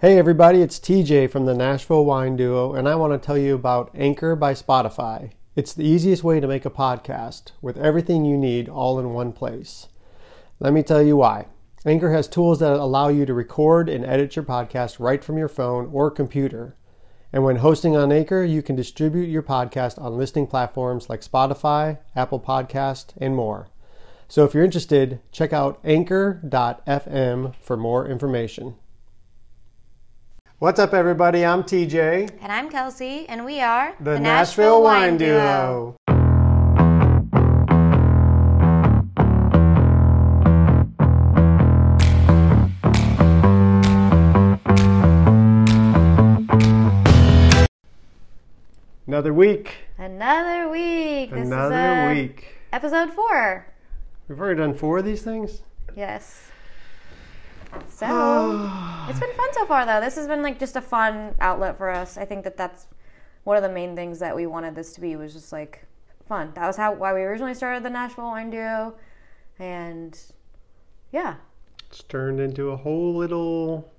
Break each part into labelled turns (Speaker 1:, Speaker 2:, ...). Speaker 1: Hey everybody, it's TJ from the Nashville Wine Duo, and I want to tell you about Anchor by Spotify. It's the easiest way to make a podcast with everything you need all in one place. Let me tell you why. Anchor has tools that allow you to record and edit your podcast right from your phone or computer. And when hosting on Anchor, you can distribute your podcast on listening platforms like Spotify, Apple Podcast, and more. So if you're interested, check out anchor.fm for more information. What's up, everybody? I'm TJ,
Speaker 2: And I'm Kelsey, and we are
Speaker 1: the, Nashville, Wine Duo. Another week.
Speaker 2: Another week. This is,
Speaker 1: Another
Speaker 2: uh,
Speaker 1: week.
Speaker 2: Episode four.
Speaker 1: We've already done four of these things.
Speaker 2: Yes. So it's been fun so far, though. This has been like just a fun outlet for us. I think that that's one of the main things that we wanted this to be was just like fun. That was how why we originally started the Nashville Wine Duo, and yeah,
Speaker 1: It's turned into a whole little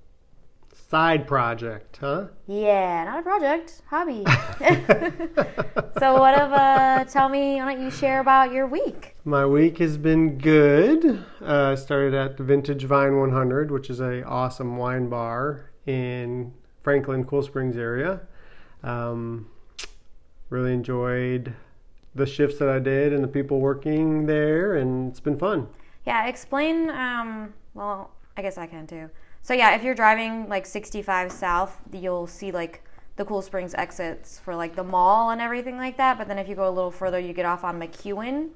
Speaker 1: side project, huh?
Speaker 2: yeah, not a project, hobby. so what of uh, tell me? Why don't you share about your week?
Speaker 1: My week has been good. Uh, I started at the Vintage Vine 100, which is a awesome wine bar in Franklin, Cool Springs area. Um, really enjoyed the shifts that I did and the people working there, and it's been fun.
Speaker 2: Yeah, explain. Um, well, I guess I can too. So yeah, if you're driving like 65 south, you'll see like the Cool Springs exits for like the mall and everything like that. But then if you go a little further, you get off on McEwen.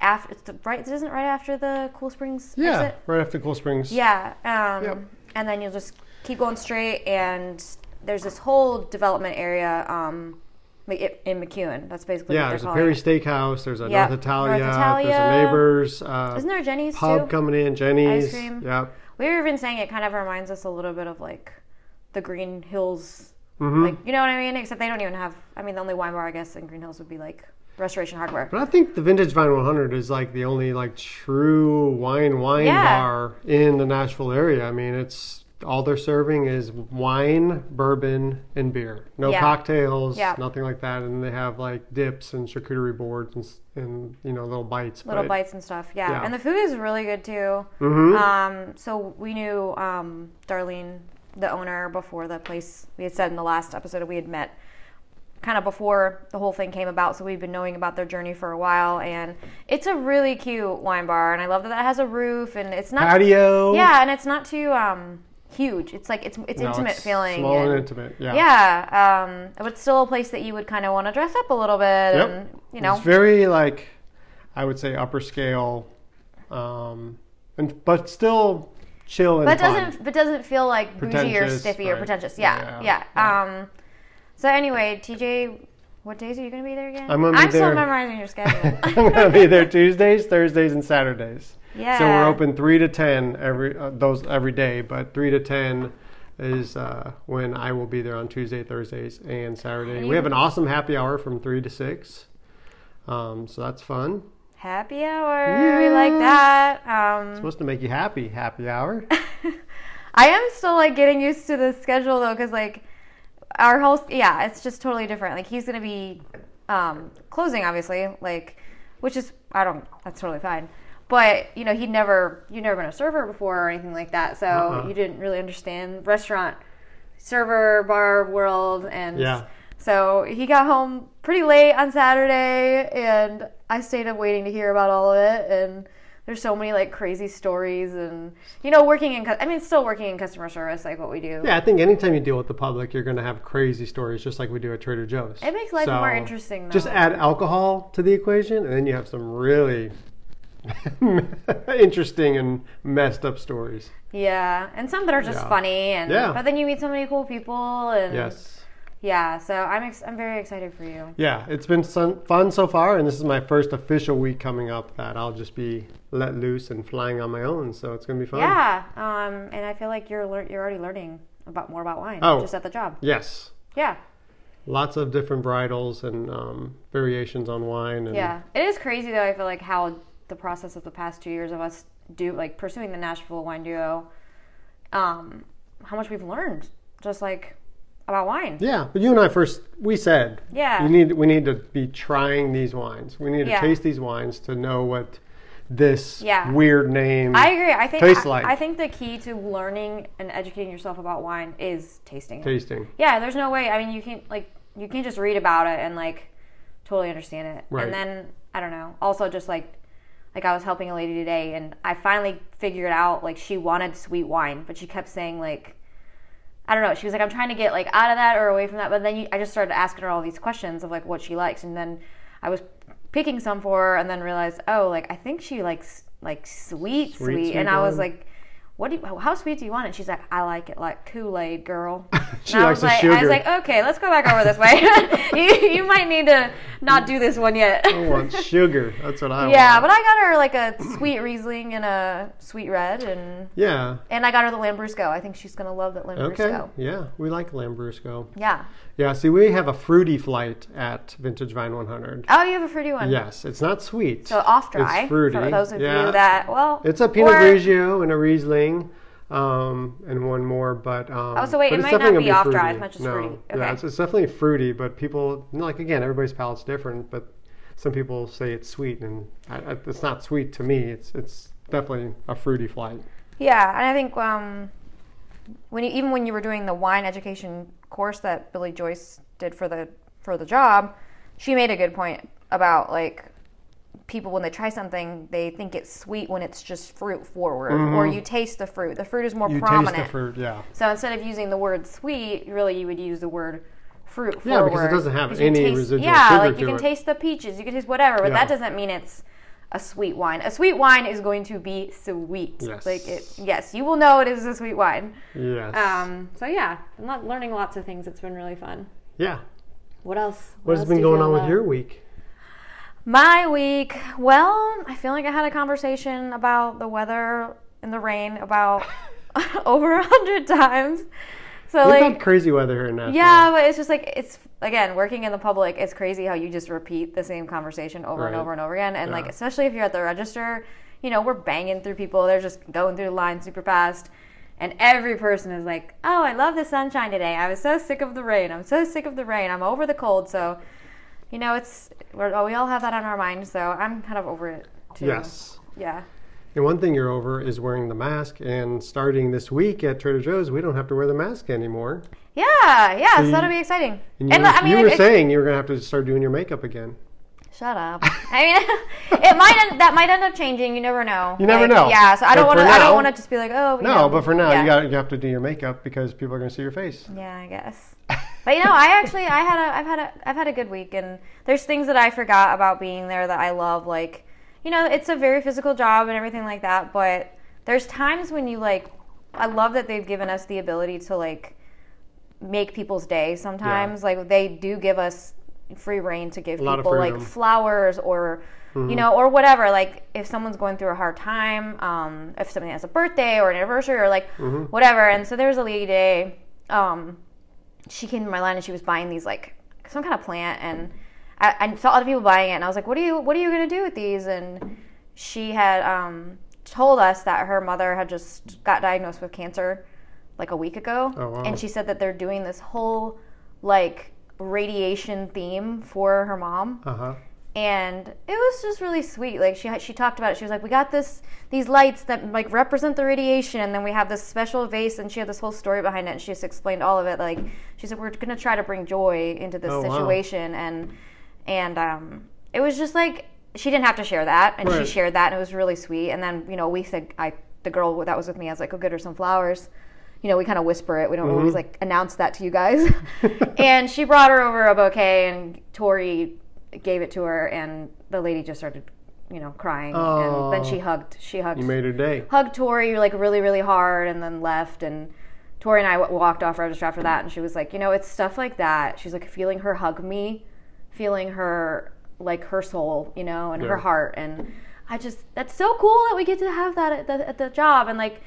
Speaker 2: After it's the- right, isn't it right after the Cool Springs exit?
Speaker 1: right after Cool Springs.
Speaker 2: Yeah. Um,
Speaker 1: Yep.
Speaker 2: And then you'll just keep going straight, and there's this whole development area um, in McEwen. That's basically
Speaker 1: Yeah,
Speaker 2: what they're
Speaker 1: there's a
Speaker 2: calling.
Speaker 1: Perry
Speaker 2: it.
Speaker 1: Steakhouse. There's a
Speaker 2: Yeah,
Speaker 1: North Italia.
Speaker 2: North
Speaker 1: There's a
Speaker 2: Italia.
Speaker 1: Neighbors. Uh,
Speaker 2: Isn't there a Jenny's
Speaker 1: pub
Speaker 2: too?
Speaker 1: coming in. Jenny's.
Speaker 2: cream.
Speaker 1: Yep.
Speaker 2: we were even saying it kind of reminds us a little bit of like the Green Hills,
Speaker 1: Mhm.
Speaker 2: like you know what I mean. Except they don't even have. I mean, the only wine bar I guess in Green Hills would be like Restoration Hardware.
Speaker 1: But I think the Vintage Vine 100 is like the only like true wine wine
Speaker 2: Yeah.
Speaker 1: bar in the Nashville area. I mean, it's all they're serving is wine, bourbon, and beer. No
Speaker 2: Yeah.
Speaker 1: cocktails,
Speaker 2: Yeah.
Speaker 1: nothing like that. And they have like dips and charcuterie boards and, s- and you know little bites.
Speaker 2: Little
Speaker 1: but-
Speaker 2: bites and stuff, yeah.
Speaker 1: Yeah.
Speaker 2: And the food is really good too.
Speaker 1: Mhm.
Speaker 2: Um, so we knew um, Darlene, the owner, before the place. We had said in the last episode we had met, kind of before the whole thing came about. So we've been knowing about their journey for a while, and it's a really cute wine bar, and I love that it has a roof, and it's not
Speaker 1: Patio.
Speaker 2: Yeah, and it's not too um huge. It's like it's it's
Speaker 1: No,
Speaker 2: intimate
Speaker 1: it's
Speaker 2: feeling.
Speaker 1: Small and,
Speaker 2: and-
Speaker 1: intimate. Yeah.
Speaker 2: yeah, um, but still a place that you would kind of want to dress up a little bit,
Speaker 1: Yep.
Speaker 2: and you know,
Speaker 1: It's very like I would say upper scale, um, and but still chill and
Speaker 2: but
Speaker 1: fun.
Speaker 2: doesn't but doesn't feel like bougie or
Speaker 1: Pretentious,
Speaker 2: stiffy or
Speaker 1: right.
Speaker 2: pretentious.
Speaker 1: Yeah,
Speaker 2: Yeah, yeah.
Speaker 1: yeah.
Speaker 2: Um, so anyway, TJ, what days are you going to be there again?
Speaker 1: I'm gonna be
Speaker 2: still
Speaker 1: there.
Speaker 2: memorizing your schedule.
Speaker 1: I'm gonna be there Tuesdays, Thursdays, and Saturdays.
Speaker 2: yeah.
Speaker 1: So we're open three to ten every uh, those every day, but three to ten is uh, when I will be there on Tuesday, Thursdays, and Saturday. We have an awesome happy hour from three to six, um, so that's fun.
Speaker 2: Happy hour. We like that. Um,
Speaker 1: Supposed to make you happy, happy hour.
Speaker 2: I am still like getting used to the schedule though, because like our whole yeah, it's just totally different. Like he's gonna be um, closing, obviously, like which is I don't that's totally fine. But you know he'd never you'd never been a server before or anything like that, so you didn't really understand restaurant server bar world and
Speaker 1: Yeah.
Speaker 2: so he got home pretty late on Saturday, and I stayed up waiting to hear about all of it. And there's so many like crazy stories, and you know, working in cu- I mean, still working in customer service, like what we do.
Speaker 1: yeah, I think anytime you deal with the public, you're gonna have crazy stories, just like we do at Trader Joe's.
Speaker 2: It makes life
Speaker 1: So,
Speaker 2: more interesting. Though.
Speaker 1: Just add alcohol to the equation, and then you have some really interesting and messed up stories.
Speaker 2: yeah, and some that are just
Speaker 1: Yeah.
Speaker 2: funny, and
Speaker 1: Yeah.
Speaker 2: but then you meet so many cool people, and
Speaker 1: Yes.
Speaker 2: yeah. So I'm ex- I'm very excited for you.
Speaker 1: Yeah, it's been sun- fun so far, and this is my first official week coming up that I'll just be let loose and flying on my own. So it's gonna be fun.
Speaker 2: Yeah, um, and I feel like you're lear- you're already learning about more about wine
Speaker 1: Oh.
Speaker 2: just at the job.
Speaker 1: Yes,
Speaker 2: Yeah.
Speaker 1: lots of different varietals and um, variations on wine. And
Speaker 2: Yeah, it is crazy though. I feel like how the process of the past two years of us do like pursuing the Nashville Wine Duo, um, how much we've learned, just like about wine.
Speaker 1: Yeah, but you and I first we said
Speaker 2: Yeah.
Speaker 1: you need we need to be trying these wines. We need to
Speaker 2: Yeah.
Speaker 1: taste these wines to know what this
Speaker 2: Yeah.
Speaker 1: weird name.
Speaker 2: I agree. I think
Speaker 1: Taste
Speaker 2: I,
Speaker 1: like.
Speaker 2: I think the key to learning and educating yourself about wine is tasting. it.
Speaker 1: tasting.
Speaker 2: yeah, there's no way. I mean, you can't like you can't just read about it and like totally understand it.
Speaker 1: Right.
Speaker 2: And then I don't know. Also, just like like I was helping a lady today, and I finally figured out like she wanted sweet wine, but she kept saying like I don't know. She was like, I'm trying to get like out of that or away from that. But then you, I just started asking her all these questions of like what she likes, and then I was picking some for her, and then realized, oh, like I think she likes like sweet, sweet,
Speaker 1: sweet
Speaker 2: and I was
Speaker 1: wine.
Speaker 2: like, what do you, how sweet do you want it? She's like, I like it like Kool Aid, girl.
Speaker 1: She
Speaker 2: And I
Speaker 1: likes
Speaker 2: was
Speaker 1: the
Speaker 2: like,
Speaker 1: sugar.
Speaker 2: I was like, okay, let's go back over this way. you, you might need to not do this one yet.
Speaker 1: I want sugar. That's what I
Speaker 2: yeah,
Speaker 1: want.
Speaker 2: but I got her like a sweet Riesling and a sweet red, and
Speaker 1: yeah.
Speaker 2: and I got her the Lambrusco. I think she's gonna love that Lambrusco.
Speaker 1: Okay. Yeah, we like Lambrusco.
Speaker 2: Yeah.
Speaker 1: Yeah, see, we have a fruity flight at Vintage Vine 100.
Speaker 2: Oh, you have a fruity one.
Speaker 1: Yes, it's not sweet.
Speaker 2: So off dry
Speaker 1: It's fruity.
Speaker 2: for those of
Speaker 1: yeah.
Speaker 2: you that well,
Speaker 1: It's a Pinot
Speaker 2: or-
Speaker 1: Grigio and a Riesling, um, and one more, but um,
Speaker 2: Oh, so wait,
Speaker 1: but
Speaker 2: it
Speaker 1: it's
Speaker 2: might not
Speaker 1: definitely
Speaker 2: be
Speaker 1: gonna
Speaker 2: off-dry
Speaker 1: fruity.
Speaker 2: as much as
Speaker 1: no,
Speaker 2: fruity.
Speaker 1: Yeah,
Speaker 2: Okay.
Speaker 1: it's, it's definitely fruity, but people like again, everybody's palate's different, but some people say it's sweet, and I, I, it's not sweet to me. It's it's definitely a fruity flight.
Speaker 2: Yeah, and I think um, when you, even when you were doing the wine education course that Billy Joyce did for the for the job, she made a good point about like people when they try something they think it's sweet when it's just fruit forward or you taste the fruit. The fruit is more
Speaker 1: Mm-hmm. You
Speaker 2: prominent.
Speaker 1: taste the fruit, yeah.
Speaker 2: So instead of using the word sweet, really you would use the word fruit
Speaker 1: Yeah,
Speaker 2: forward.
Speaker 1: because it doesn't have
Speaker 2: Because you
Speaker 1: any
Speaker 2: taste-
Speaker 1: residual
Speaker 2: Yeah,
Speaker 1: sugar
Speaker 2: like you
Speaker 1: to
Speaker 2: can
Speaker 1: it.
Speaker 2: taste the peaches, you can taste whatever, but that
Speaker 1: Yeah.
Speaker 2: doesn't mean it's a sweet wine. A sweet wine is going to be sweet.
Speaker 1: Yes.
Speaker 2: Like it yes, you will know it is a sweet wine.
Speaker 1: Yes.
Speaker 2: Um, so yeah, I'm not learning lots of things. It's been really fun.
Speaker 1: yeah.
Speaker 2: What else?
Speaker 1: What has
Speaker 2: else
Speaker 1: been
Speaker 2: do you
Speaker 1: going
Speaker 2: feel
Speaker 1: on with
Speaker 2: about-
Speaker 1: your week?
Speaker 2: My week. Well, I feel like I had a conversation about the weather and the rain about over a hundred times. So
Speaker 1: We've
Speaker 2: like
Speaker 1: had crazy weather here in Nashville.
Speaker 2: Yeah, but it's just like it's again working in the public. It's crazy how you just repeat the same conversation over and
Speaker 1: Right.
Speaker 2: over and over again, and like
Speaker 1: Yeah.
Speaker 2: especially if you're at the register, you know we're banging through people. They're just going through the line super fast, and every person is like, "Oh, I love the sunshine today. I was so sick of the rain. I'm so sick of the rain. I'm over the cold." So, you know, it's we're, we all have that on our mind. So I'm kind of over it too.
Speaker 1: Yes.
Speaker 2: Yeah.
Speaker 1: And one thing you're over is wearing the mask. And starting this week at Trader Joe's, we don't have to wear the mask anymore.
Speaker 2: Yeah. Yeah. So,
Speaker 1: you-
Speaker 2: that'll be exciting.
Speaker 1: And you,
Speaker 2: And,
Speaker 1: were,
Speaker 2: I mean,
Speaker 1: you
Speaker 2: like,
Speaker 1: were
Speaker 2: it's-
Speaker 1: saying you were gonna have to start doing your makeup again.
Speaker 2: Shut up. I mean, it might end, that might end up changing. You never know.
Speaker 1: You never
Speaker 2: Like,
Speaker 1: know.
Speaker 2: Yeah, so I
Speaker 1: But
Speaker 2: don't want to.
Speaker 1: for
Speaker 2: I
Speaker 1: now-
Speaker 2: don't want to just be like, oh. you
Speaker 1: No,
Speaker 2: know,
Speaker 1: but for now
Speaker 2: yeah.
Speaker 1: you got you have to do your makeup because people are gonna see your face.
Speaker 2: Yeah, I guess. But you know, I actually, I had a, I've had a, I've had a good week, and there's things that I forgot about being there that I love. Like, you know, it's a very physical job and everything like that. But there's times when you like, I love that they've given us the ability to like make people's day. Sometimes, like they do give us free reign to give
Speaker 1: lot of
Speaker 2: people like
Speaker 1: freedom. Mm-hmm.
Speaker 2: flowers or you know or whatever like if someone's going through a hard time um, if somebody has a birthday or an anniversary or like
Speaker 1: Mm-hmm.
Speaker 2: whatever and so there was a lady today um, she came to my line and she was buying these like some kind of plant and I, I saw other people buying it and I was like, what are you what are you gonna do with these? And she had um, told us that her mother had just got diagnosed with cancer like a week ago,
Speaker 1: Oh, wow.
Speaker 2: and she said that they're doing this whole like radiation theme for her mom
Speaker 1: Uh huh.
Speaker 2: and it was just really sweet. Like she she talked about it. She was like, "We got this these lights that like represent the radiation, and then we have this special vase." And she had this whole story behind it. And she just explained all of it. Like she said, "We're gonna try to bring joy into this
Speaker 1: Oh, wow.
Speaker 2: situation," and and um, it was just like she didn't have to share that, and
Speaker 1: Right.
Speaker 2: she shared that, and it was really sweet. And then you know we said I the girl that was with me, I was like, "Go get her some flowers." You know, we kind of whisper it. We don't
Speaker 1: Mm-hmm.
Speaker 2: always like announce that to you guys. and she brought her over a bouquet, and Tori gave it to her and the lady just started you know crying and then
Speaker 1: Oh.
Speaker 2: she hugged she hugged
Speaker 1: You made her day.
Speaker 2: hugged tori like really really hard and then left and tori and i w- walked off right just after that and she was like you know it's stuff like that she's like feeling her hug me feeling her like her soul you know and her
Speaker 1: Yeah.
Speaker 2: heart and i just that's so cool that we get to have that at the, at the job and like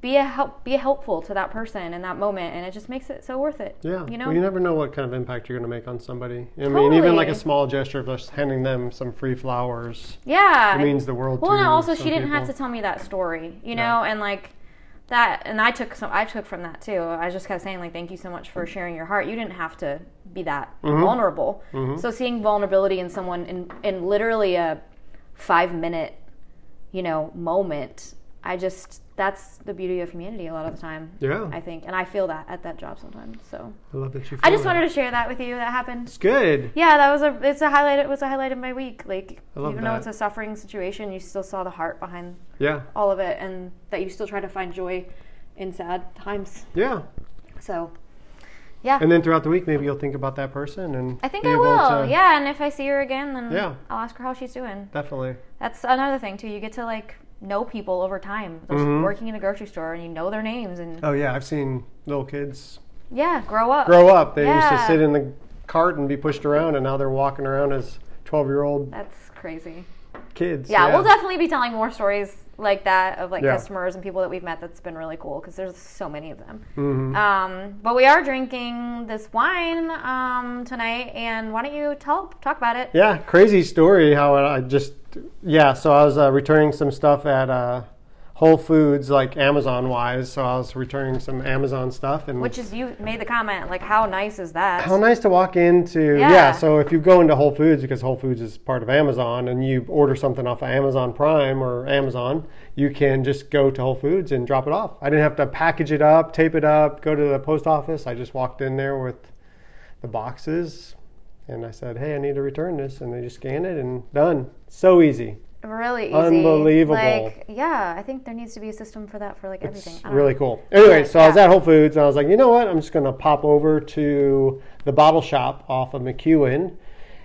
Speaker 2: be a help be helpful to that person in that moment and it just makes it so worth it
Speaker 1: Yeah.
Speaker 2: you know
Speaker 1: Well, you never know what kind of impact you're gonna make on somebody. I mean,
Speaker 2: Totally.
Speaker 1: even like a small gesture of just handing them some free flowers
Speaker 2: yeah
Speaker 1: means the world
Speaker 2: Well,
Speaker 1: to
Speaker 2: and also
Speaker 1: some
Speaker 2: she didn't have to
Speaker 1: people.
Speaker 2: tell me that story, you
Speaker 1: Yeah.
Speaker 2: know, and like that and I took some I took from that too. I just kept saying like thank you so much for sharing your heart. You didn't have to be that
Speaker 1: Mm-hmm.
Speaker 2: vulnerable. So seeing vulnerability in someone in in literally a 5 minute you know moment, I just that's the beauty of community a lot of the time.
Speaker 1: Yeah.
Speaker 2: I think and I feel that at that job sometimes. So
Speaker 1: I love that you.
Speaker 2: I just
Speaker 1: wanted.
Speaker 2: wanted to share that with you that happened.
Speaker 1: It's good.
Speaker 2: Yeah, that was a it's a highlight it was a highlight of my week. Like
Speaker 1: I love
Speaker 2: even
Speaker 1: that.
Speaker 2: though it's a suffering situation, you still saw the heart behind
Speaker 1: Yeah.
Speaker 2: all of it and that you still try to find joy in sad times.
Speaker 1: Yeah.
Speaker 2: So yeah.
Speaker 1: And then throughout the week, maybe you'll think about that person and.
Speaker 2: I think
Speaker 1: be
Speaker 2: I
Speaker 1: able
Speaker 2: will.
Speaker 1: to-
Speaker 2: Yeah, and if I see her again then
Speaker 1: Yeah.
Speaker 2: I'll ask her how she's doing.
Speaker 1: Definitely.
Speaker 2: That's another thing too. You get to like know people over time. Just
Speaker 1: Mhm.
Speaker 2: working in a grocery store and you know their names and
Speaker 1: Oh yeah, I've seen little kids
Speaker 2: yeah, grow up.
Speaker 1: grow up. They used to
Speaker 2: Yeah.
Speaker 1: sit in the cart and be pushed around, and now they're walking around as twelve-year-old
Speaker 2: That's crazy.
Speaker 1: kids.
Speaker 2: yeah, we'll definitely be telling more stories like that of like
Speaker 1: Yeah.
Speaker 2: customers and people that we've met. That's been really cool because there's so many of them.
Speaker 1: Mhm.
Speaker 2: Um, but we are drinking this wine um, tonight, and why don't you tell talk about it?
Speaker 1: Yeah, crazy story how I just yeah. So I was uh, returning some stuff at uh, Whole Foods, like Amazon wise. So I was returning some Amazon stuff, and
Speaker 2: Which is you made the comment like, how nice is that?
Speaker 1: how nice to walk into yeah.
Speaker 2: Yeah.
Speaker 1: So if you go into Whole Foods because Whole Foods is part of Amazon, and you order something off of Amazon Prime or Amazon, you can just go to Whole Foods and drop it off. I didn't have to package it up, tape it up, go to the post office. I just walked in there with the boxes. And I said, "Hey, I need to return this," and they just scan it and done. So easy.
Speaker 2: really easy.
Speaker 1: Unbelievable.
Speaker 2: Like, yeah, I think there needs to be a system for that for like everything.
Speaker 1: It's
Speaker 2: I don't
Speaker 1: really
Speaker 2: know.
Speaker 1: cool. Anyway,
Speaker 2: Yeah,
Speaker 1: so I was
Speaker 2: yeah.
Speaker 1: at Whole Foods and I was like, you know what? I'm just going to pop over to the bottle shop off of McEwen.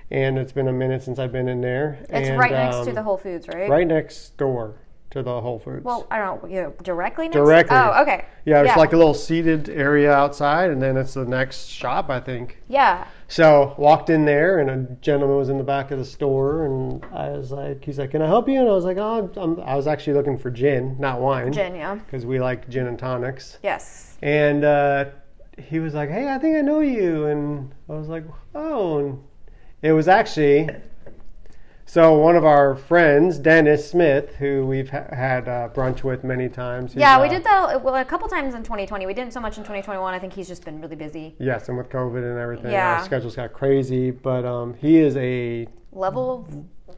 Speaker 1: And it's been a minute since I've been in there.
Speaker 2: It's
Speaker 1: and,
Speaker 2: right next to
Speaker 1: um,
Speaker 2: the Whole Foods, right?
Speaker 1: Right next door to the Whole Foods.
Speaker 2: Well, I don't know, you know, directly next.
Speaker 1: Directly.
Speaker 2: Oh, okay.
Speaker 1: yeah, it's
Speaker 2: yeah.
Speaker 1: like a little seated area outside, and then it's the next shop, I think.
Speaker 2: Yeah.
Speaker 1: So walked in there, and a gentleman was in the back of the store, and I was like, he's like, "Can I help you?" And I was like, "Oh, I'm, I was actually looking for gin, not wine,
Speaker 2: Gin, yeah.
Speaker 1: because we like gin and tonics."
Speaker 2: Yes.
Speaker 1: And uh, he was like, "Hey, I think I know you." And I was like, "Oh." And it was actually so one of our friends, Dennis Smith, who we've ha- had uh, brunch with many times. He's,
Speaker 2: Yeah, we
Speaker 1: uh,
Speaker 2: did that well, a couple times in 2020. We didn't so much in 2021. I think he's just been really busy.
Speaker 1: Yes, and with COVID and everything,
Speaker 2: Yeah.
Speaker 1: our schedules got crazy. But um, he is a
Speaker 2: Level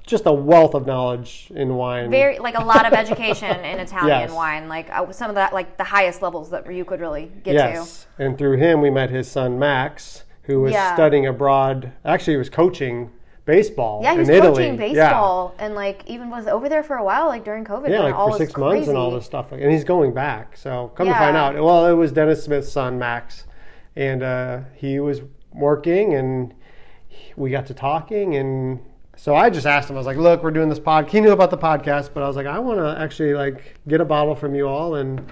Speaker 1: just a wealth of knowledge in wine.
Speaker 2: very like a lot of education in Italian
Speaker 1: Yes.
Speaker 2: wine. Like uh, some of that like the highest levels that you could really get to.
Speaker 1: yes, and through him we met his son Max, who was
Speaker 2: Yeah.
Speaker 1: studying abroad. Actually, he was coaching baseball
Speaker 2: Yeah, he was
Speaker 1: in Italy.
Speaker 2: coaching
Speaker 1: Yeah.
Speaker 2: baseball and like even was over there for a while like during COVID.
Speaker 1: Yeah,
Speaker 2: when
Speaker 1: like
Speaker 2: all
Speaker 1: for
Speaker 2: was
Speaker 1: six months and all
Speaker 2: crazy.
Speaker 1: this stuff. Like, and he's going back. So come to find
Speaker 2: Yeah.
Speaker 1: out, well, it was Dennis Smith's son Max, and uh, he was working, and he- we got to talking, and so I just asked him. I was like, "Look, we're doing this pod." He knew about the podcast, but I was like, "I want to actually like get a bottle from you all and."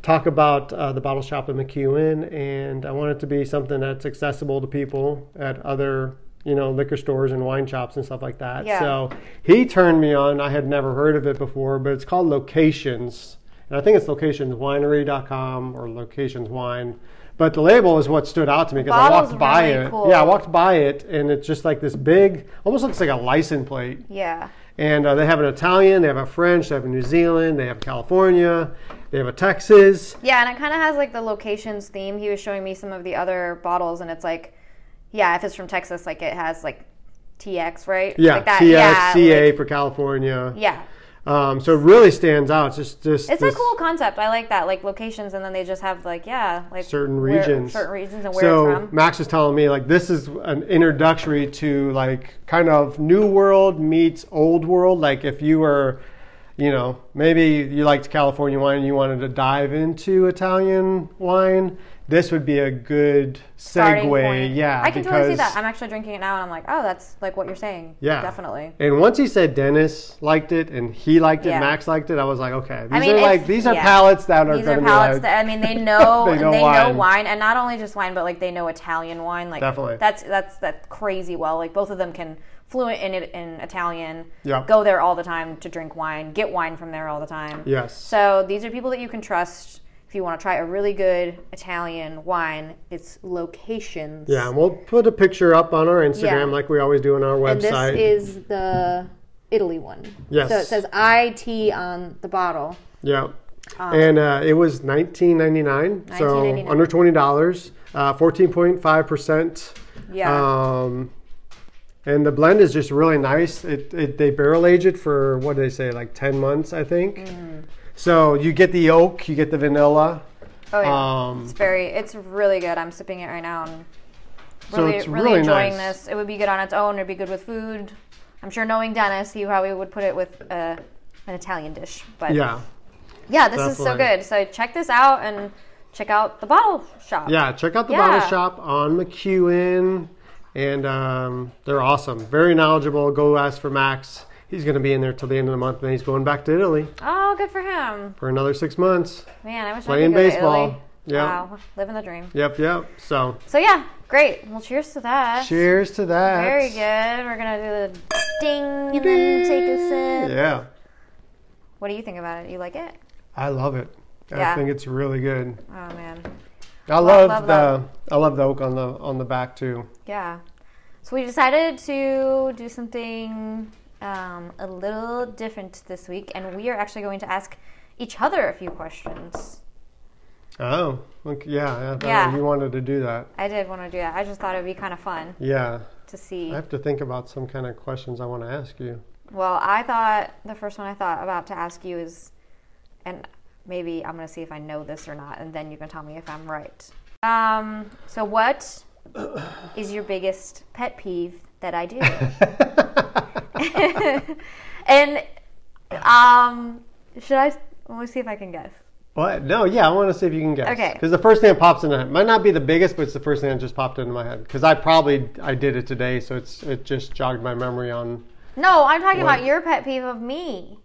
Speaker 1: Talk about uh, the bottle shop in McEwen, and I want it to be something that's accessible to people at other, you know, liquor stores and wine shops and stuff like that.
Speaker 2: Yeah.
Speaker 1: So he turned me on. I had never heard of it before, but it's called Locations. And I think it's locationswinery.com or Locations Wine. But the label is what stood out to me because I
Speaker 2: Bottle's
Speaker 1: walked by
Speaker 2: really
Speaker 1: it.
Speaker 2: cool.
Speaker 1: Yeah, I walked by it and it's just like this big, almost looks like a license plate.
Speaker 2: Yeah.
Speaker 1: And uh, they have an Italian, they have a French, they have a New Zealand, they have California, they have a Texas.
Speaker 2: Yeah, and it kind of has like the locations theme. He was showing me some of the other bottles, and it's like, yeah, if it's from Texas, like it has like TX, right?
Speaker 1: Yeah,
Speaker 2: like that.
Speaker 1: TX,
Speaker 2: yeah,
Speaker 1: CA
Speaker 2: like-
Speaker 1: for California.
Speaker 2: yeah,
Speaker 1: Um, so it really stands out. It's just, just
Speaker 2: it's
Speaker 1: this-
Speaker 2: a cool concept. I like that, like locations, and then they just have like yeah, like
Speaker 1: certain
Speaker 2: where-
Speaker 1: regions.
Speaker 2: certain regions, and where
Speaker 1: so
Speaker 2: it's from.
Speaker 1: Max was telling me like this is an introductory to like kind of new world meets old world. Like if you were, you know, maybe you liked California wine and you wanted to dive into Italian wine, this would be a good
Speaker 2: Starting point.
Speaker 1: segue. Yeah,
Speaker 2: I can totally see
Speaker 1: because-
Speaker 2: that. I'm actually drinking it now, and I'm like, oh, that's like what you're saying.
Speaker 1: Yeah.
Speaker 2: definitely.
Speaker 1: And once he said Dennis liked it and he liked it,
Speaker 2: Yeah.
Speaker 1: Max liked it, I was like, okay, these
Speaker 2: mean,
Speaker 1: are
Speaker 2: if-
Speaker 1: like these are
Speaker 2: yeah.
Speaker 1: palettes that are
Speaker 2: These
Speaker 1: going
Speaker 2: are
Speaker 1: to be
Speaker 2: palates
Speaker 1: like,
Speaker 2: that I mean they know
Speaker 1: They
Speaker 2: they,
Speaker 1: know
Speaker 2: know,
Speaker 1: wine.
Speaker 2: wine. and not only just wine but like they know Italian wine like
Speaker 1: Definitely.
Speaker 2: that's that's that crazy well like both of them can fluent in it in Italian
Speaker 1: Yeah.
Speaker 2: go there all the time to drink wine get wine from there all the time
Speaker 1: yes.
Speaker 2: so these are people that you can trust if you want to try a really good Italian wine it's locations
Speaker 1: yeah, and we'll put a picture up on our Instagram
Speaker 2: Yeah.
Speaker 1: like we always do on our website.
Speaker 2: and this is the Italy one
Speaker 1: Yes.
Speaker 2: so it says I T on the bottle
Speaker 1: yeah.
Speaker 2: Um,
Speaker 1: and uh, it was 19.99, so
Speaker 3: 19.99.
Speaker 1: under twenty dollars, uh, fourteen point five percent.
Speaker 2: Yeah.
Speaker 1: Um, and the blend is just really nice. It, it they barrel age it for what did they say, like ten months, I think.
Speaker 2: Mm.
Speaker 1: So you get the oak, you get the vanilla.
Speaker 2: oh yeah.
Speaker 1: Um,
Speaker 2: it's very. It's really good. I'm sipping it right now. And
Speaker 1: So
Speaker 2: really,
Speaker 1: it's
Speaker 2: really,
Speaker 1: really
Speaker 2: enjoying
Speaker 1: nice.
Speaker 2: this. It would be good on its own. It'd be good with food. I'm sure knowing Dennis, he probably would put it with uh, an Italian dish. But
Speaker 1: yeah,
Speaker 2: yeah, this is so
Speaker 1: definitely.
Speaker 2: good. So check this out and check out the bottle shop.
Speaker 1: yeah. Check out the
Speaker 2: Yeah.
Speaker 1: bottle shop on McEwen, and um, they're awesome. Very knowledgeable. Go ask for Max. He's going to be in there till the end of the month, and then he's going back to Italy
Speaker 2: Oh, good for him.
Speaker 1: for another six months
Speaker 2: Man, I wish
Speaker 1: playing
Speaker 2: I could go
Speaker 1: baseball.
Speaker 2: To Italy.
Speaker 1: Yep.
Speaker 2: Wow, living the dream.
Speaker 1: Yep. Yep. So
Speaker 2: So yeah, great. Well, cheers to that.
Speaker 1: cheers to that.
Speaker 2: Very good. We're gonna do the ding and then take a sip.
Speaker 1: Yeah,
Speaker 2: What do you think about it? You like it?
Speaker 1: I love it. I
Speaker 2: Yeah.
Speaker 1: think it's really good.
Speaker 2: Oh man,
Speaker 1: I love,
Speaker 2: love,
Speaker 1: the
Speaker 2: love.
Speaker 1: I love the oak on the on the back too.
Speaker 2: yeah. So we decided to do something um, a little different this week, and we are actually going to ask each other a few questions.
Speaker 1: Oh, okay, yeah, I thought
Speaker 2: Yeah.
Speaker 1: You wanted to do that.
Speaker 2: I did want to do that. I just thought it would be kind of fun
Speaker 1: Yeah,
Speaker 2: to see.
Speaker 1: I have to think about some kind of questions I want to ask you.
Speaker 2: Well, I thought the first one I thought about to ask you is, and maybe I'm gonna see if I know this or not, and then you can tell me if I'm right. Um, so what is your biggest pet peeve that I do? and um, should I? Let me see if I can guess.
Speaker 1: What? No, yeah, I want to see if you can guess.
Speaker 2: Okay.
Speaker 1: Because the first thing that pops in my head might not be the biggest, but it's the first thing that just popped into my head. Because I probably I did it today, so it's it just jogged my memory on.
Speaker 2: No, I'm talking
Speaker 1: What?
Speaker 2: about your pet peeve of me.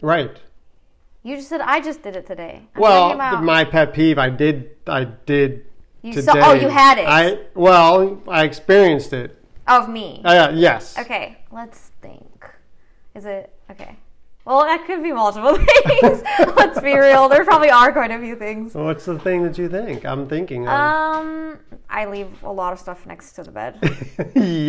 Speaker 1: Right.
Speaker 2: You just said I just did it today. I'm
Speaker 1: well,
Speaker 2: talking about,
Speaker 1: my pet peeve, I did, I did
Speaker 2: you
Speaker 1: today.
Speaker 2: saw, oh, you had it
Speaker 1: I well, I experienced it.
Speaker 2: of me.
Speaker 1: Uh, yes.
Speaker 2: Okay, let's think. Is it okay? Well, that could be multiple things. let's be real. There probably are quite a few things.
Speaker 1: So What's the thing that you think? I'm thinking. Of.
Speaker 2: Um, I leave a lot of stuff next to the bed. Is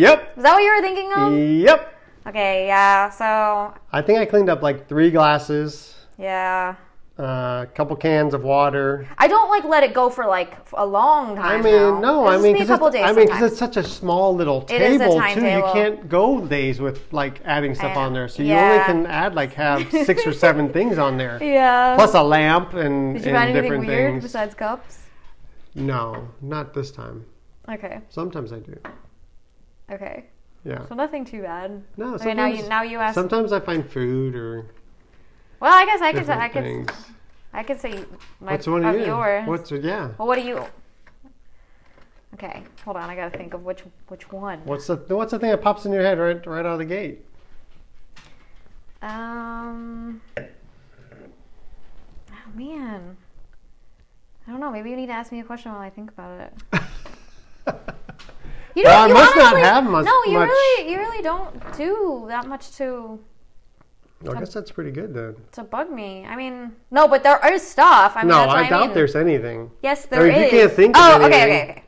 Speaker 1: yep.
Speaker 2: that what you were thinking of?
Speaker 1: Yep.
Speaker 2: Okay, yeah. So,
Speaker 1: I think I cleaned up like three glasses, uh,
Speaker 2: yeah.
Speaker 1: a couple cans of water.
Speaker 2: I don't like let it go for like f- a long
Speaker 1: I
Speaker 2: time.
Speaker 1: mean,
Speaker 2: now.
Speaker 1: no,
Speaker 2: It'll
Speaker 1: I
Speaker 2: just
Speaker 1: mean,
Speaker 2: be a
Speaker 1: 'cause
Speaker 2: couple
Speaker 1: it's,
Speaker 2: days.
Speaker 1: I mean, because
Speaker 2: sometimes.
Speaker 1: it's such a small little
Speaker 2: It is a
Speaker 1: table
Speaker 2: time
Speaker 1: too.
Speaker 2: table.
Speaker 1: You can't go days with like adding stuff
Speaker 2: know.
Speaker 1: on there, so you
Speaker 2: Yeah.
Speaker 1: only can add like have six or seven things on there,
Speaker 2: yeah.
Speaker 1: plus a lamp and,
Speaker 2: Did you
Speaker 1: and
Speaker 2: find anything
Speaker 1: different
Speaker 2: weird
Speaker 1: things.
Speaker 2: besides cups?
Speaker 1: No, not this time.
Speaker 2: Okay,
Speaker 1: Sometimes I do.
Speaker 2: okay.
Speaker 1: Yeah.
Speaker 2: So nothing too bad.
Speaker 1: No. Sometimes,
Speaker 2: Okay, now you now you ask.
Speaker 1: sometimes I find food or
Speaker 2: well, I guess I could
Speaker 1: different
Speaker 2: say I could
Speaker 1: things.
Speaker 2: I could say my
Speaker 1: What's one
Speaker 2: of
Speaker 1: of you?
Speaker 2: yours.
Speaker 1: What's yeah?
Speaker 2: Well, what do you? Okay, hold on. I gotta think of which which one.
Speaker 1: What's the What's the thing that pops in your head right right out of the gate?
Speaker 2: Um. Oh man. I don't know. Maybe you need to ask me a question while I think about it. You
Speaker 1: Well, I
Speaker 2: you
Speaker 1: must not have mus-
Speaker 2: No, you
Speaker 1: much-
Speaker 2: really, you really don't do that much to
Speaker 1: I guess that's pretty good then.
Speaker 2: to bug me. I mean, no, but there is stuff. I mean,
Speaker 1: No,
Speaker 2: that's what
Speaker 1: I doubt
Speaker 2: mean.
Speaker 1: there's anything.
Speaker 2: Yes,
Speaker 1: I
Speaker 2: there is.
Speaker 1: mean, if you can't think of
Speaker 2: Oh, okay,
Speaker 1: anything-
Speaker 2: okay, okay.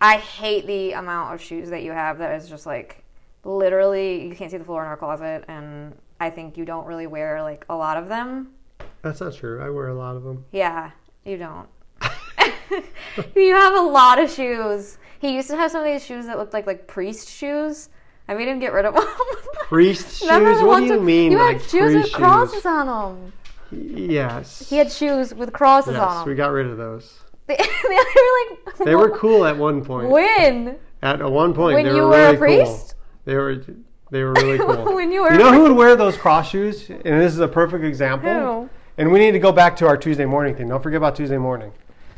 Speaker 2: I hate the amount of shoes that you have. That is just like literally you can't see the floor in our closet, and I think you don't really wear like a lot of them.
Speaker 1: That's not true. I wear a lot of them.
Speaker 2: Yeah, you don't. you have a lot of shoes. He used to have some of these shoes that looked like like priest shoes. I made him get rid of them.
Speaker 1: Priest shoes?
Speaker 2: Remember
Speaker 1: What
Speaker 2: the
Speaker 1: do
Speaker 2: ones
Speaker 1: you
Speaker 2: with-
Speaker 1: mean?
Speaker 2: You had
Speaker 1: like
Speaker 2: shoes with
Speaker 1: priest
Speaker 2: crosses on them.
Speaker 1: Yes.
Speaker 2: He had shoes with crosses
Speaker 1: yes,
Speaker 2: on
Speaker 1: we
Speaker 2: them.
Speaker 1: got rid of those.
Speaker 2: They, they were like
Speaker 1: They were cool at one point.
Speaker 2: When?
Speaker 1: At a one point,
Speaker 2: When
Speaker 1: they
Speaker 2: you
Speaker 1: were,
Speaker 2: were a
Speaker 1: really
Speaker 2: priest?
Speaker 1: cool. They were they were really cool.
Speaker 2: When you were
Speaker 1: you
Speaker 2: a
Speaker 1: know who would wear those cross shoes? And this is a perfect example.
Speaker 2: Who? Um,
Speaker 1: And we need to go back to our Tuesday morning thing. Don't forget about Tuesday morning.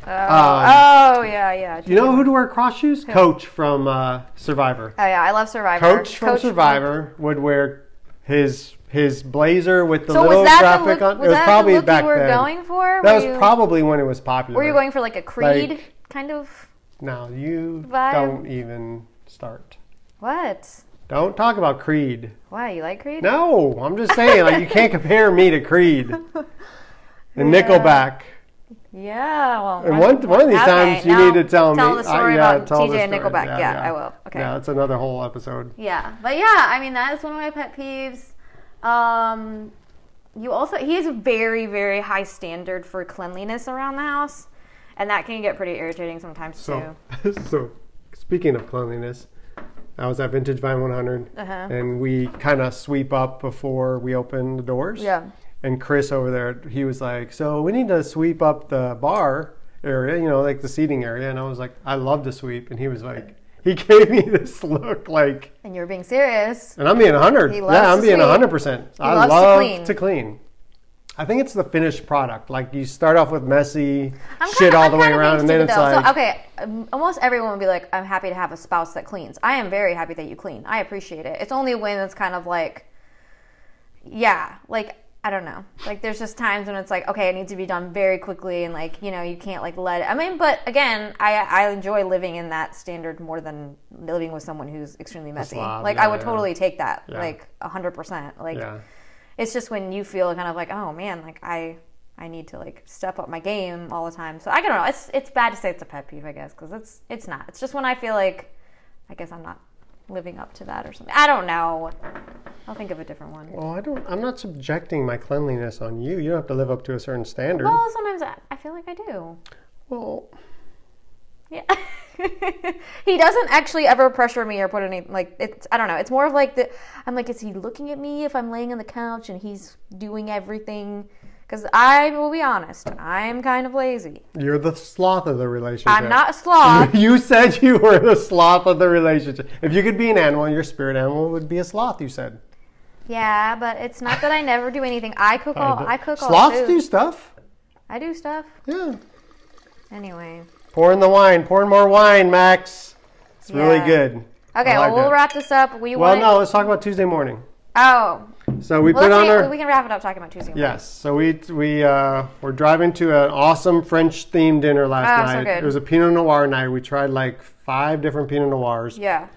Speaker 2: Oh,
Speaker 1: Um,
Speaker 2: oh, yeah, yeah.
Speaker 1: You know who'd wear cross shoes? Coach from uh, Survivor.
Speaker 2: Oh yeah, I love Survivor.
Speaker 1: Coach from Survivor would wear his his blazer with the
Speaker 2: So
Speaker 1: little
Speaker 2: was that the
Speaker 1: graphic
Speaker 2: look?
Speaker 1: on.
Speaker 2: Was
Speaker 1: it was
Speaker 2: that
Speaker 1: probably
Speaker 2: the look
Speaker 1: back
Speaker 2: you were
Speaker 1: then.
Speaker 2: going for?
Speaker 1: That
Speaker 2: were
Speaker 1: was
Speaker 2: you,
Speaker 1: probably when it was popular.
Speaker 2: Were you going for like a Creed
Speaker 1: Like-
Speaker 2: kind of?
Speaker 1: No, you
Speaker 2: Vibe?
Speaker 1: don't even start.
Speaker 2: What?
Speaker 1: Don't talk about Creed.
Speaker 2: Why you like Creed?
Speaker 1: No, I'm just saying, like you can't compare me to Creed and Nickelback.
Speaker 2: Yeah. Well.
Speaker 1: And one one of these
Speaker 2: okay,
Speaker 1: times you
Speaker 2: now
Speaker 1: need to tell me.
Speaker 2: Tell the
Speaker 1: I-
Speaker 2: story
Speaker 1: yeah,
Speaker 2: about
Speaker 1: tell the
Speaker 2: TJ and
Speaker 1: story.
Speaker 2: Nickelback. Yeah, I will. Okay.
Speaker 1: Yeah,
Speaker 2: Yeah.
Speaker 1: it's another whole episode.
Speaker 2: but yeah, I mean that is one of my pet peeves. Um, you also he has a very very high standard for cleanliness around the house, and that can get pretty irritating sometimes
Speaker 1: So, so speaking of cleanliness, I was at Vintage Vine 100,
Speaker 2: Uh-huh.
Speaker 1: and we kind of sweep up before we open the doors.
Speaker 2: Yeah.
Speaker 1: And Chris over there, he was like, "So we need to sweep up the bar area, you know, like the seating area." And I was like, "I love to sweep," and he was like, he gave me this look like,
Speaker 2: And you're being serious.
Speaker 1: and I'm being 100.
Speaker 2: He
Speaker 1: yeah,
Speaker 2: loves
Speaker 1: I'm
Speaker 2: to
Speaker 1: being
Speaker 2: sweep.
Speaker 1: 100. percent I
Speaker 2: loves to
Speaker 1: love
Speaker 2: clean.
Speaker 1: to clean. I think it's the finished product. Like you start off with messy
Speaker 2: I'm
Speaker 1: shit
Speaker 2: kinda-
Speaker 1: all
Speaker 2: I'm
Speaker 1: the way
Speaker 2: kinda
Speaker 1: around,
Speaker 2: being
Speaker 1: and then
Speaker 2: stupid,
Speaker 1: it's
Speaker 2: though.
Speaker 1: like,
Speaker 2: so, okay. um, Almost everyone would be like, "I'm happy to have a spouse that cleans." I am very happy that you clean. I appreciate it. It's only when it's kind of like, yeah, like I don't know. Like there's just times when it's like, okay, it needs to be done very quickly, and like you know, you can't like let. It, I mean, but again, I I enjoy living in that standard more than living with someone who's extremely messy.
Speaker 1: slob,
Speaker 2: like
Speaker 1: yeah,
Speaker 2: I would
Speaker 1: yeah.
Speaker 2: totally take that,
Speaker 1: Yeah.
Speaker 2: like hundred percent. Like
Speaker 1: yeah.
Speaker 2: it's just when you feel kind of like oh man like i i need to like step up my game all the time so i don't know it's it's bad to say it's a pet peeve i guess because it's it's not it's just when i feel like i guess i'm not living up to that or something i don't know i'll think of a different one
Speaker 1: Well, I don't. I'm not subjecting my cleanliness on you. You don't have to live up to a certain standard.
Speaker 2: well sometimes i, I feel like i do
Speaker 1: Well,
Speaker 2: yeah he doesn't actually ever pressure me or put any like it's i don't know it's more of like the i'm like is he looking at me if i'm laying on the couch and he's doing everything because i will be honest i'm kind of lazy
Speaker 1: you're the sloth of the relationship.
Speaker 2: I'm not a sloth.
Speaker 1: You said you were the sloth of the relationship. If you could be an animal, your spirit animal would be a sloth. You said.
Speaker 2: yeah, but it's not that I never do anything. I cook all. Oh, I cook all
Speaker 1: Sloths
Speaker 2: food.
Speaker 1: do stuff.
Speaker 2: I do stuff
Speaker 1: Yeah.
Speaker 2: anyway.
Speaker 1: Pour in the wine. Pour in more wine, Max. It's really
Speaker 2: Yeah.
Speaker 1: good.
Speaker 2: Okay,
Speaker 1: I like
Speaker 2: well we'll
Speaker 1: that.
Speaker 2: wrap this up. We
Speaker 1: Well,
Speaker 2: want.
Speaker 1: no. Let's talk about Tuesday morning.
Speaker 2: Oh,
Speaker 1: So we
Speaker 2: well,
Speaker 1: put
Speaker 2: let's
Speaker 1: on
Speaker 2: see,
Speaker 1: our.
Speaker 2: we can wrap it up talking about Tuesday. morning.
Speaker 1: Yes, so we we uh, were driving to an awesome French themed dinner last
Speaker 2: Oh, so
Speaker 1: night.
Speaker 2: good.
Speaker 1: It was a Pinot Noir night. We tried like five different Pinot Noirs.
Speaker 2: Yeah,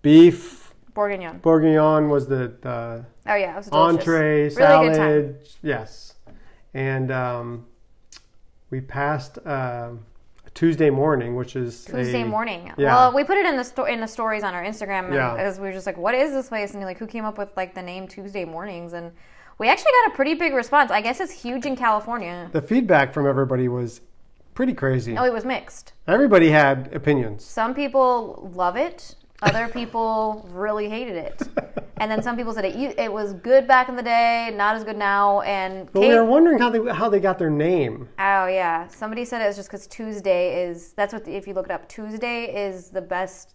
Speaker 1: Beef
Speaker 2: bourguignon.
Speaker 1: bourguignon was the, the
Speaker 2: Oh yeah, it was delicious.
Speaker 1: entree
Speaker 2: Really good
Speaker 1: salad.
Speaker 2: time.
Speaker 1: Yes, and um, we passed um Tuesday morning, which is
Speaker 2: Tuesday
Speaker 1: a,
Speaker 2: morning.
Speaker 1: Yeah.
Speaker 2: Well, we put it in the sto- in the stories on our Instagram and
Speaker 1: Yeah.
Speaker 2: as we were just like, "What is this place?" And like, who came up with like the name Tuesday mornings? And we actually got a pretty big response. I guess it's huge in California.
Speaker 1: The feedback from everybody was pretty crazy.
Speaker 2: Oh, it was mixed.
Speaker 1: Everybody had opinions.
Speaker 2: Some people love it. Other people really hated it. And then some people said it, u- it was good back in the day, not as good now. And
Speaker 1: But we
Speaker 2: Kate-
Speaker 1: were wondering how they how they got their name.
Speaker 2: oh yeah, somebody said it was just because Tuesday is that's what if you look it up, Tuesday is the best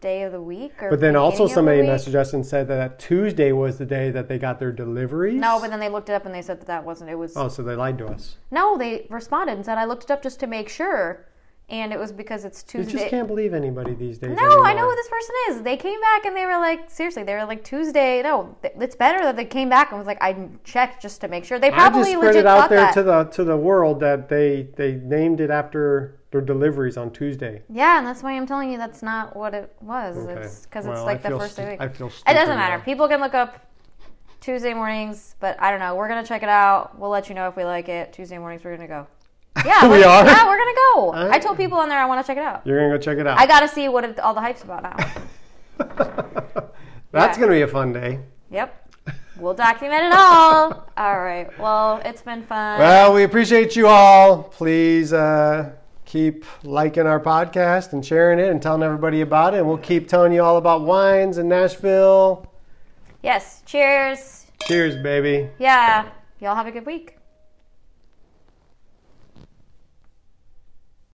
Speaker 2: day of the week. Or
Speaker 1: But then also
Speaker 2: beginning of the
Speaker 1: somebody
Speaker 2: week.
Speaker 1: messaged us and said that Tuesday was the day that they got their deliveries.
Speaker 2: No, but then they looked it up and they said that that wasn't. It was
Speaker 1: oh, so they lied to us.
Speaker 2: no. They responded and said I looked it up just to make sure, and it was because it's
Speaker 1: You
Speaker 2: Tuesday.
Speaker 1: just can't believe anybody these days.
Speaker 2: No, I know who this person is. They came back and they were like, seriously, they were like Tuesday. No, th- it's better that they came back and was like, I checked just to make sure. They
Speaker 1: I
Speaker 2: probably
Speaker 1: just spread
Speaker 2: legit
Speaker 1: it out
Speaker 2: thought
Speaker 1: there
Speaker 2: that.
Speaker 1: to the to the world that they they named it after their deliveries on Tuesday.
Speaker 2: yeah, and that's why I'm telling you that's not what it was. It's 'cause
Speaker 1: Okay.
Speaker 2: It's because
Speaker 1: Well,
Speaker 2: it's
Speaker 1: I
Speaker 2: like the
Speaker 1: feel
Speaker 2: first
Speaker 1: stu-
Speaker 2: day.
Speaker 1: I feel
Speaker 2: It
Speaker 1: stupid
Speaker 2: doesn't matter.
Speaker 1: now.
Speaker 2: People can look up Tuesday mornings, but I don't know. We're gonna check it out. We'll let you know if we like it. Tuesday mornings, we're gonna go. Yeah,
Speaker 1: We
Speaker 2: we're-
Speaker 1: are?
Speaker 2: Yeah, we're gonna go.
Speaker 1: I-
Speaker 2: I told people on there I want to check it out.
Speaker 1: You're gonna go check it out.
Speaker 2: I gotta see what it, all the hype's about now.
Speaker 1: That's
Speaker 2: yeah.
Speaker 1: gonna be a fun day.
Speaker 2: Yep. We'll document it all. all right. Well, it's been fun.
Speaker 1: Well, we appreciate you all. Please uh, keep liking our podcast and sharing it and telling everybody about it. And we'll keep telling you all about wines in Nashville.
Speaker 2: yes. Cheers.
Speaker 1: Cheers, baby.
Speaker 2: Yeah. Y'all have a good week.